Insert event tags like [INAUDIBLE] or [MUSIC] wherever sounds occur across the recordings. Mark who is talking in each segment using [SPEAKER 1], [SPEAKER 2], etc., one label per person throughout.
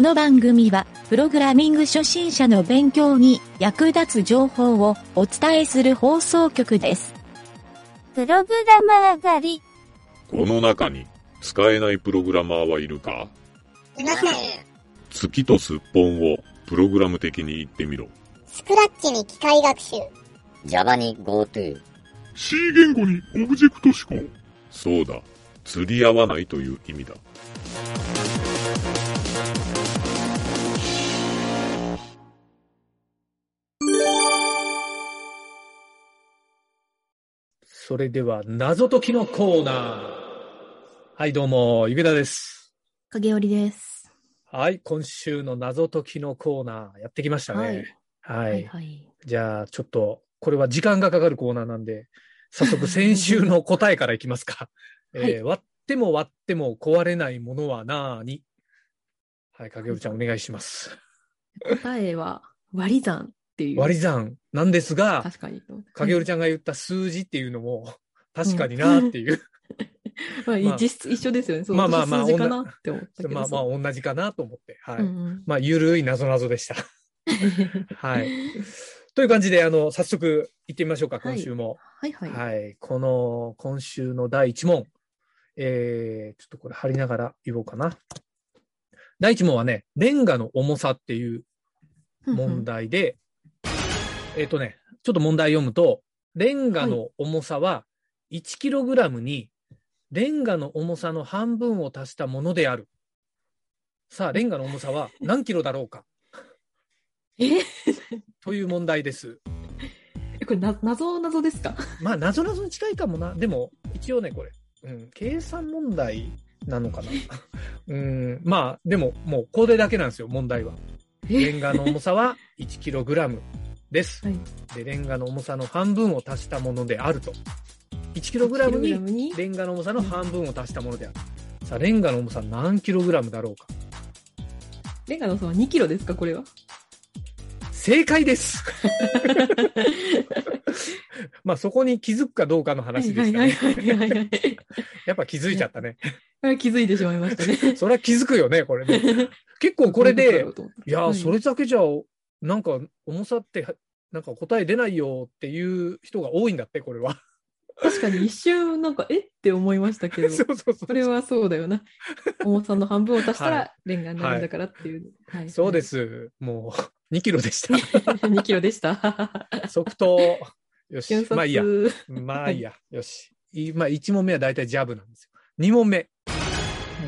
[SPEAKER 1] の番組は、プログラミング初心者の勉強に役立つ情報をお伝えする放送局です。
[SPEAKER 2] プログラマー狩り。
[SPEAKER 3] この中に、使えないプログラマーはいるか
[SPEAKER 4] いません。
[SPEAKER 3] 月とすっぽんを、プログラム的に言ってみろ。
[SPEAKER 4] スクラッチに機械学習。
[SPEAKER 5] Java に GoTo。
[SPEAKER 6] C 言語にオブジェクト思考。
[SPEAKER 3] そうだ。釣り合わないという意味だ。
[SPEAKER 7] それでは、謎解きのコーナー。はい、どうも、ゆげだです。
[SPEAKER 8] 影織です。
[SPEAKER 7] はい、今週の謎解きのコーナー、やってきましたね。はい。
[SPEAKER 8] はいはい。
[SPEAKER 7] じゃあ、ちょっと、これは時間がかかるコーナーなんで、早速、先週の答えからいきますか。えー
[SPEAKER 8] はい
[SPEAKER 7] 割っても割っても壊れないものはなーにはい、影織ちゃん、お願いします。
[SPEAKER 8] 答えは割り算っていう。
[SPEAKER 7] 割り算なんですが、
[SPEAKER 8] 確かに。
[SPEAKER 7] 影織ち
[SPEAKER 8] ゃ
[SPEAKER 7] ゃ
[SPEAKER 8] ん。
[SPEAKER 7] んが言った数字っていうのも、確かになーって
[SPEAKER 8] [LAUGHS]
[SPEAKER 7] いう。
[SPEAKER 8] [LAUGHS] まあ、
[SPEAKER 7] まあ
[SPEAKER 8] 実質一緒ですよね。そう
[SPEAKER 7] まあまあ
[SPEAKER 8] 私
[SPEAKER 7] まあ
[SPEAKER 8] 数字かなって思ったけど。
[SPEAKER 7] まあまあ
[SPEAKER 8] そう
[SPEAKER 7] 同じかなと思って。はい。
[SPEAKER 8] うんうん
[SPEAKER 7] まあ、ゆるいなぞなぞで
[SPEAKER 8] [LAUGHS]
[SPEAKER 7] した。はい。という感じで、あの、早速行ってみましょうか、
[SPEAKER 8] はい
[SPEAKER 7] 今週も。
[SPEAKER 8] [LAUGHS] はいは。
[SPEAKER 7] はいい。この、今週の第1問。えー、ちょっとこれ貼りながら言おうかな。第1問はね、レンガの重さっていう
[SPEAKER 8] うんうん
[SPEAKER 7] 問。題で、えっ、とね、ちょっと問題読むと、レンガの重さは 1kg に、レンガの重さの半分を足したものである。さあ、レンガの重さは何キロだろうか
[SPEAKER 8] え
[SPEAKER 7] という問題です。
[SPEAKER 8] これな、謎謎ですか
[SPEAKER 7] まあ、なぞなぞに近いかもな。でも、一応ね、これ、うん、計算問題なのかな。 [LAUGHS] うん、まあ、でも、もう、これだけなんですよ、問題は。レンガの重さは 1kg です。
[SPEAKER 8] はい
[SPEAKER 7] で、レンガの重さの半分を足したものであると。1kg に
[SPEAKER 8] ?1kg に
[SPEAKER 7] レンガの重さの半分を足したものである。さあ、レンガの重さ何 kg だろうか。
[SPEAKER 8] レンガのその 2kg ですかこれは。
[SPEAKER 7] 正解です
[SPEAKER 8] [LAUGHS]
[SPEAKER 7] まあ、そこに気づくかどうかの話でした
[SPEAKER 8] はい
[SPEAKER 7] ね。
[SPEAKER 8] はいはいはいはい。
[SPEAKER 7] やっぱ気づいちゃったね。
[SPEAKER 8] これ気づいてしまいましたね。
[SPEAKER 7] それは気づくよね、これね。
[SPEAKER 8] [LAUGHS]
[SPEAKER 7] 結構これ
[SPEAKER 8] どういう
[SPEAKER 7] で
[SPEAKER 8] こ、とだろうと思って
[SPEAKER 7] いや
[SPEAKER 8] は
[SPEAKER 7] ー、それだけじゃ、なんか重さって、なんか答え出ないよっていう人が多いんだって、これは。
[SPEAKER 8] 確かに一瞬なんか、えって思いましたけ
[SPEAKER 7] [LAUGHS]
[SPEAKER 8] ど。
[SPEAKER 7] そうそうそ
[SPEAKER 8] それはそうだよな。重さの半分を足した
[SPEAKER 7] は
[SPEAKER 8] らレンガになるんだからっていう。はい、
[SPEAKER 7] う。そうで。
[SPEAKER 8] [LAUGHS]
[SPEAKER 7] す。もう、2キロでし
[SPEAKER 8] 2キロでした。
[SPEAKER 7] た。即答。よし
[SPEAKER 8] 瞬。
[SPEAKER 7] [LAUGHS]
[SPEAKER 8] 殺。
[SPEAKER 7] まあいいや。まあいいや。よし。いまあ、1問目は大体ジャブなんですよ。2問目。
[SPEAKER 8] は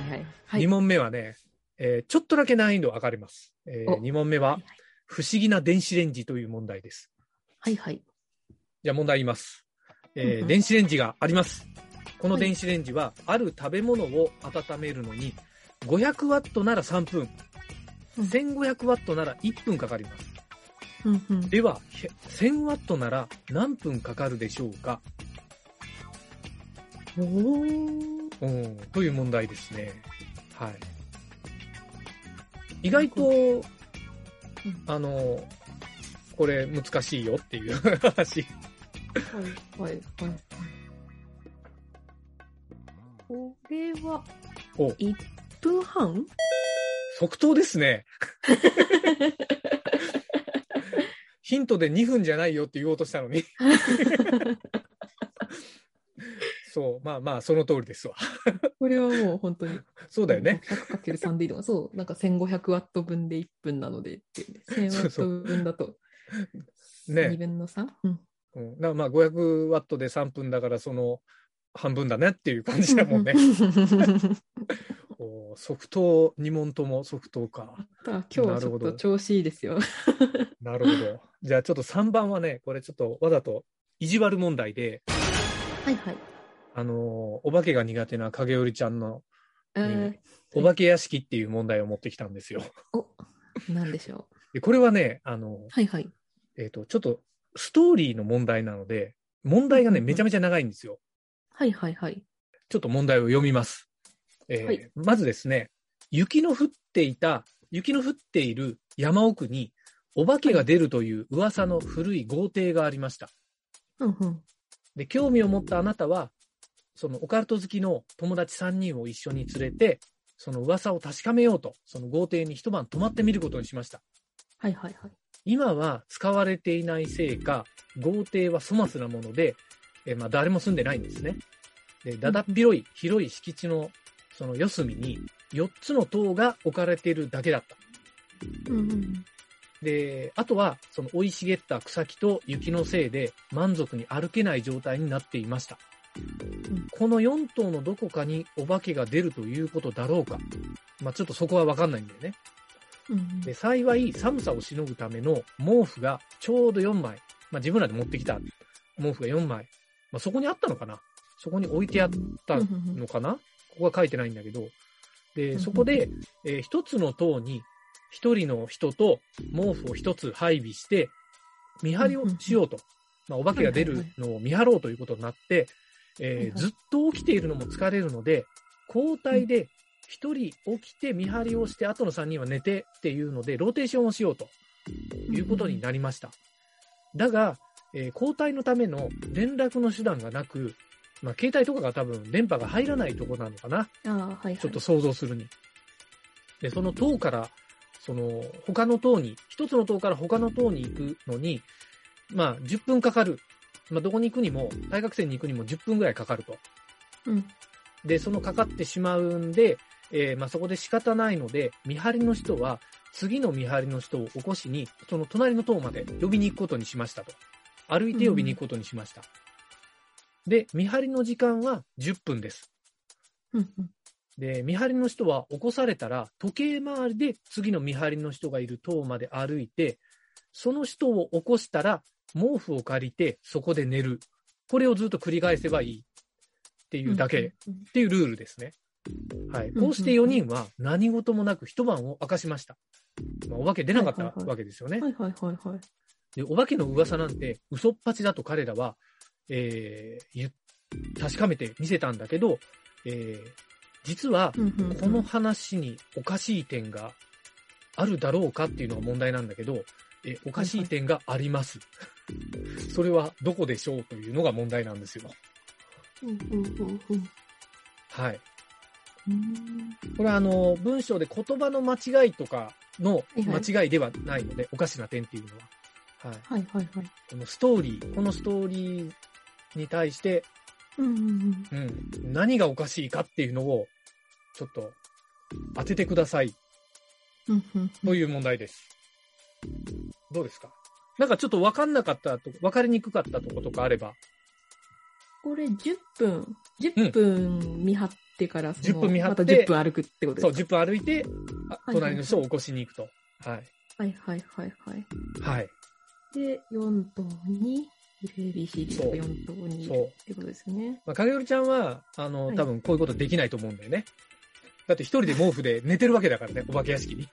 [SPEAKER 8] いはい。は
[SPEAKER 7] 2
[SPEAKER 8] い。
[SPEAKER 7] 問目はね、えーちょっとだけ難易度上がります。え
[SPEAKER 8] お
[SPEAKER 7] 2問目
[SPEAKER 8] は、
[SPEAKER 7] はい不思議な電子レンジという問題です。
[SPEAKER 8] はいはい。
[SPEAKER 7] じゃあ問題言います。えー
[SPEAKER 8] うんうん
[SPEAKER 7] 電子レンジがあります。この
[SPEAKER 8] はい
[SPEAKER 7] 電子レンジは、ある食べ物を温めるのに、500ワットなら3分、
[SPEAKER 8] うん
[SPEAKER 7] 1500ワットなら1分かかります。
[SPEAKER 8] うんうん。
[SPEAKER 7] では、ひ1000ワットなら何分かかるでしょうか
[SPEAKER 8] おー
[SPEAKER 7] うん、という問題ですね。はい。意外と、あの、これ難しいよっていう [LAUGHS] 話。
[SPEAKER 8] はいはいはい。これは
[SPEAKER 7] お、
[SPEAKER 8] 1分半
[SPEAKER 7] 即答ですね。ヒントで2分じゃないよって言おうとしたのに。そう、まあまあ、その通りですわ。
[SPEAKER 8] これはもう本当に。
[SPEAKER 7] そうだよね。。
[SPEAKER 8] 100×3 でいいのか。そう、なんか1500ワット分で1分なのでっていうね、1000ワット分だと。
[SPEAKER 7] ね
[SPEAKER 8] 2分の 3? うん。
[SPEAKER 7] うん、だからまあ、500ワットで3分だから、その、半分だねっていう感じだもんね。おー即答、2問とも即答か。
[SPEAKER 8] ただ今日はちょっと調子いいですよ。
[SPEAKER 7] なるほど。じゃあちょっと3番はね、これちょっとわざと意地悪問題で、
[SPEAKER 8] はいはい。
[SPEAKER 7] あのーお化けが苦手な影織ちゃんの
[SPEAKER 8] え
[SPEAKER 7] お化け屋敷っていう問題を持ってきたんですよ。
[SPEAKER 8] ー、なんでしょう。
[SPEAKER 7] でこれはね、あの
[SPEAKER 8] はいはい。
[SPEAKER 7] えっ、と、ちょっとストーリーの問題なので、問題がね、
[SPEAKER 8] うんうんうん
[SPEAKER 7] めちゃめちゃ長いんですよ。
[SPEAKER 8] はいはいはい。
[SPEAKER 7] ちょっと問題を読みます。えー
[SPEAKER 8] はい
[SPEAKER 7] まずですね、雪の降っていた、雪の降っている山奥に、お化けが出るという噂の古い豪邸がありました。
[SPEAKER 8] うんうん。
[SPEAKER 7] で、興味を持ったあなたは、そのオカルト好きの友達3人を一緒に連れて、その噂を確かめようと、その豪邸に一晩泊まってみることにしました。
[SPEAKER 8] はいはいはい。
[SPEAKER 7] 今は使われていないせいか、豪邸は粗末なもので、えーまあ、誰も住んでないんですね。で、だだっ広い、広い敷地の、その四隅に、4つの塔が置かれているだけだった。
[SPEAKER 8] うんうん。
[SPEAKER 7] で、あとは、その生い茂った草木と雪のせいで、満足に歩けない状態になっていました。この4頭のどこかにお化けが出るということだろうか。まあ、ちょっとそこはわかんないんだよね。
[SPEAKER 8] うんうん
[SPEAKER 7] で、幸い寒さをしのぐための毛布がちょうど4枚、まあ、自分らで持ってきた毛布が4枚、まあ、そこにあったのかなそこに置いてあったのかなここは書いてないんだけど、で、そこで、えー一つの塔に一人の人と毛布を一つ配備して、見張りをしようと。まあ、お化けが出るのを見張ろうということになって、
[SPEAKER 8] はい
[SPEAKER 7] え
[SPEAKER 8] は
[SPEAKER 7] ー
[SPEAKER 8] い
[SPEAKER 7] ずっと起きているのも疲れるので、交代で一人起きて見張りをして、後の三人は寝てっていうので、ローテーションをしようということになりました。だが、えー交代のための連絡の手段がなく、まあ、携帯とかが多分電波が入らないとこなのかな。
[SPEAKER 8] ああ、はいはい。
[SPEAKER 7] ちょっと想像するに。で、その塔から、その、他の塔に、一つの塔から他の塔に行くのに、まあ、10分かかる。まあ、どこに行くにも、大学生に行くにも10分ぐらいかかると。
[SPEAKER 8] うん。
[SPEAKER 7] で、そのかかってしまうんで、えーまあ、そこで仕方ないので、見張りの人は、次の見張りの人を起こしに、その隣の塔まで呼びに行くことにしましたと。歩いて呼びに行くことにしました。で、見張りの時間は10分です。
[SPEAKER 8] うんうん。
[SPEAKER 7] で、見張りの人は起こされたら、時計回りで次の見張りの人がいる塔まで歩いて、その人を起こしたら、毛布を借りて、そこで寝る。これをずっと繰り返せばいい。っていうだけ、っ
[SPEAKER 8] うんうん
[SPEAKER 7] ていうルールですね。はい。
[SPEAKER 8] んうん
[SPEAKER 7] こうして4人は何事もなく一晩を明かしました。まあ、お化け出なかった
[SPEAKER 8] はいはいはい
[SPEAKER 7] わけですよね
[SPEAKER 8] は。いはいはいはい。
[SPEAKER 7] で、お化けの噂なんて嘘っぱちだと彼らは、えー言っ確かめて見せたんだけど、えー実は、
[SPEAKER 8] うんうんうん
[SPEAKER 7] この話におかしい点があるだろうかっていうのが問題なんだけど、えおかしい点があります。それはどこでしょうというのが問題なんですよ。
[SPEAKER 8] うんうんうんうん
[SPEAKER 7] はい。
[SPEAKER 8] うん
[SPEAKER 7] これはあの、文章で言葉の間違いとかの
[SPEAKER 8] いはい
[SPEAKER 7] 間違いではないので、おかしな点っていうのは。はい。
[SPEAKER 8] はいはいはい。
[SPEAKER 7] このストーリー、このストーリーに対して、
[SPEAKER 8] うんうんうん。
[SPEAKER 7] うん、何がおかしいかっていうのを、ちょっと当ててください
[SPEAKER 8] うんうんうん。
[SPEAKER 7] という問題です。どうですかなんかちょっと分かんなかったと、分かりにくかったとことかあれば、
[SPEAKER 8] これ10分、
[SPEAKER 7] うん
[SPEAKER 8] 10分見張ってから、その
[SPEAKER 7] 10分見張って
[SPEAKER 8] また10分歩くってこと
[SPEAKER 7] そう、
[SPEAKER 8] です
[SPEAKER 7] 10
[SPEAKER 8] か
[SPEAKER 7] 分歩いて、あ
[SPEAKER 8] はい
[SPEAKER 7] 隣の人を起こしに行くと。はい。
[SPEAKER 8] はいはいはいはい。
[SPEAKER 7] はい。
[SPEAKER 8] で、4頭に、いる ABCD と
[SPEAKER 7] そう
[SPEAKER 8] か4頭にい
[SPEAKER 7] そう
[SPEAKER 8] るってことですよね。
[SPEAKER 7] まあ、影織ちゃんは、あの、
[SPEAKER 8] はい
[SPEAKER 7] 多分こういうことできないと思うんだよね。だって一人で毛布で寝てるわけだからね、お化け屋敷に。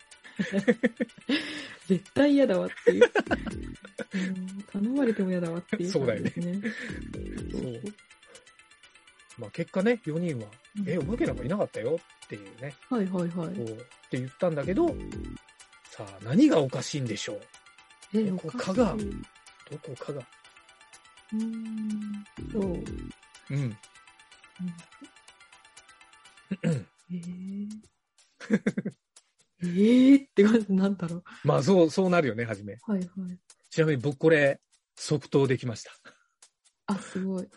[SPEAKER 8] 絶対嫌だわっていう。うん頼まれても嫌だわっていう
[SPEAKER 7] そうだ
[SPEAKER 8] 感
[SPEAKER 7] よ
[SPEAKER 8] じ
[SPEAKER 7] ね
[SPEAKER 8] ですね。
[SPEAKER 7] そうまあ結果ね、4人は、え、お化けなんかいなかったよっていうね、
[SPEAKER 8] はいはいはい
[SPEAKER 7] こ。う、って言ったんだけど、さあ何がおかしいんでしょう
[SPEAKER 8] え
[SPEAKER 7] こう
[SPEAKER 8] おかしい
[SPEAKER 7] 蚊がどこかが。
[SPEAKER 8] うーんそう。
[SPEAKER 7] うん。
[SPEAKER 8] えー、えーって感じなんだろう。
[SPEAKER 7] まあそう、そうなるよね、はじめ。
[SPEAKER 8] はいはい。
[SPEAKER 7] ちなみに僕これ、即答できました。
[SPEAKER 8] あ、すごい。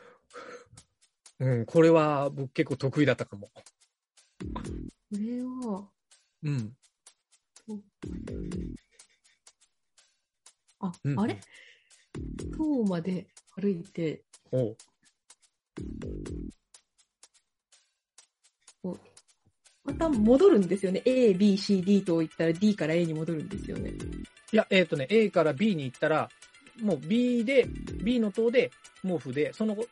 [SPEAKER 7] うん、これは僕結構得意だったかも。
[SPEAKER 8] これは、
[SPEAKER 7] うん。
[SPEAKER 8] あ、
[SPEAKER 7] うん
[SPEAKER 8] あれ塔まで歩いて、
[SPEAKER 7] おう
[SPEAKER 8] また戻るんですよね。A、B、C、D と行ったら D から A に戻るんですよね。
[SPEAKER 7] いや、えっ、とね、A から B に行ったら、もう B で、B の塔で、毛布で、その後、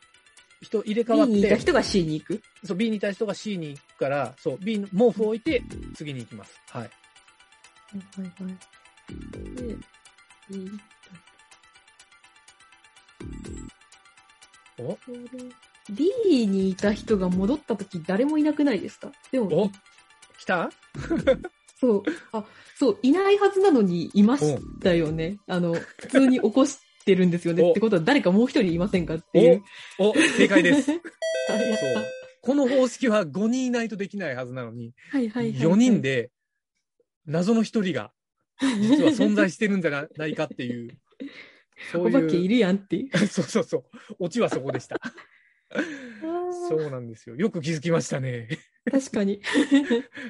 [SPEAKER 7] 人入れ替わっ
[SPEAKER 8] B にいた
[SPEAKER 7] て、
[SPEAKER 8] 人が C に行く。
[SPEAKER 7] そう、B にいた人が C に行くから、そう、B の毛布を置いて、次に行きます。はい。
[SPEAKER 8] はいはいはい。で、B だ
[SPEAKER 7] お
[SPEAKER 8] これ D にいた人が戻った時誰もいなくないですかでも
[SPEAKER 7] お、来た
[SPEAKER 8] そう、あ、そう、いないはずなのにいましたよね。あの、普通に起こしてるんですよ
[SPEAKER 7] お
[SPEAKER 8] [LAUGHS] ね。ってことは誰かもう一人いませんかっていう。
[SPEAKER 7] [LAUGHS] お、正解です。
[SPEAKER 8] あ。やっ
[SPEAKER 7] そう。この方式は5人いないとできないはずなのに、
[SPEAKER 8] はいはいはい。
[SPEAKER 7] 4人。で謎の1人が実は存在してるんじゃ [LAUGHS] なないかっていう。そう
[SPEAKER 8] お
[SPEAKER 7] いう
[SPEAKER 8] 化けいるやんっていう。
[SPEAKER 7] [LAUGHS] そうそうそう。オチはそこで
[SPEAKER 8] [LAUGHS]
[SPEAKER 7] した。そうなんですよ。よく気づきましたね。
[SPEAKER 8] 確かに。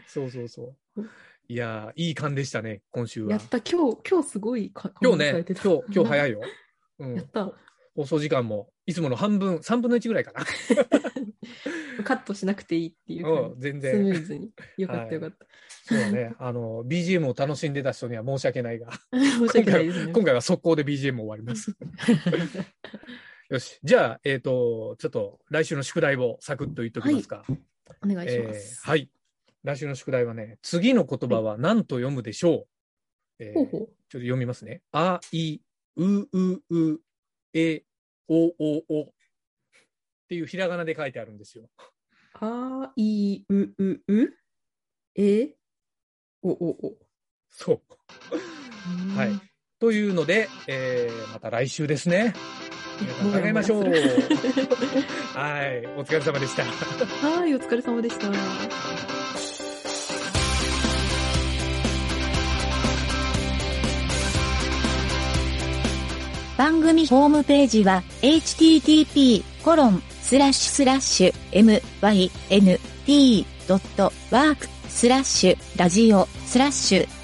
[SPEAKER 7] そうそうそう。いやー、いい勘でしたね、今週
[SPEAKER 8] や
[SPEAKER 7] は
[SPEAKER 8] っ。た、今日、今日すごいか。
[SPEAKER 7] 今日
[SPEAKER 8] 考え
[SPEAKER 7] ね、
[SPEAKER 8] て
[SPEAKER 7] 今
[SPEAKER 8] た
[SPEAKER 7] 日、今日早い
[SPEAKER 8] [LAUGHS]
[SPEAKER 7] よ。う
[SPEAKER 8] やっ
[SPEAKER 7] ん。
[SPEAKER 8] た。
[SPEAKER 7] 放送時間も、いつもの半分、3分の1ぐらいかな。
[SPEAKER 8] カットしなくていいっていう
[SPEAKER 7] う
[SPEAKER 8] 感
[SPEAKER 7] ん、全
[SPEAKER 8] じ。スム
[SPEAKER 7] 然。
[SPEAKER 8] ーズに。よかったよかった。
[SPEAKER 7] そうだね。あの、BGM を楽しんでた人には申し訳ないが、
[SPEAKER 8] 申し訳ないですね。
[SPEAKER 7] 今回は速攻で BGM 終わり
[SPEAKER 8] [LAUGHS]
[SPEAKER 7] ます。よし。じゃあ、えっ、と、ちょっと来週の宿題をサクッと言っときますか。
[SPEAKER 8] お願いしま
[SPEAKER 7] え
[SPEAKER 8] す。
[SPEAKER 7] ーはい。来週の宿題はね、次の言葉は何と読むでしょう、えー
[SPEAKER 8] ほ
[SPEAKER 7] ちょ
[SPEAKER 8] う
[SPEAKER 7] っ
[SPEAKER 8] ほ
[SPEAKER 7] と読みますね。あ、い、う、う、う、え、お、お、お。っていうひらがなで書いてあるんですよ。
[SPEAKER 8] う。あいう、う、う、え、お、お、お。
[SPEAKER 7] そう。
[SPEAKER 8] [LAUGHS]
[SPEAKER 7] はい。というので、えーまた来週ですね。皆さん考えましょう。
[SPEAKER 8] も
[SPEAKER 7] は
[SPEAKER 8] やもやする
[SPEAKER 7] い。お疲れ様でした。
[SPEAKER 8] はい、お疲れ様でした。
[SPEAKER 1] 番組ホームページは http://myn.world.radio.web.net コロンスラッシュスラッシュ mynt.work スラッシュラジオスラッシュ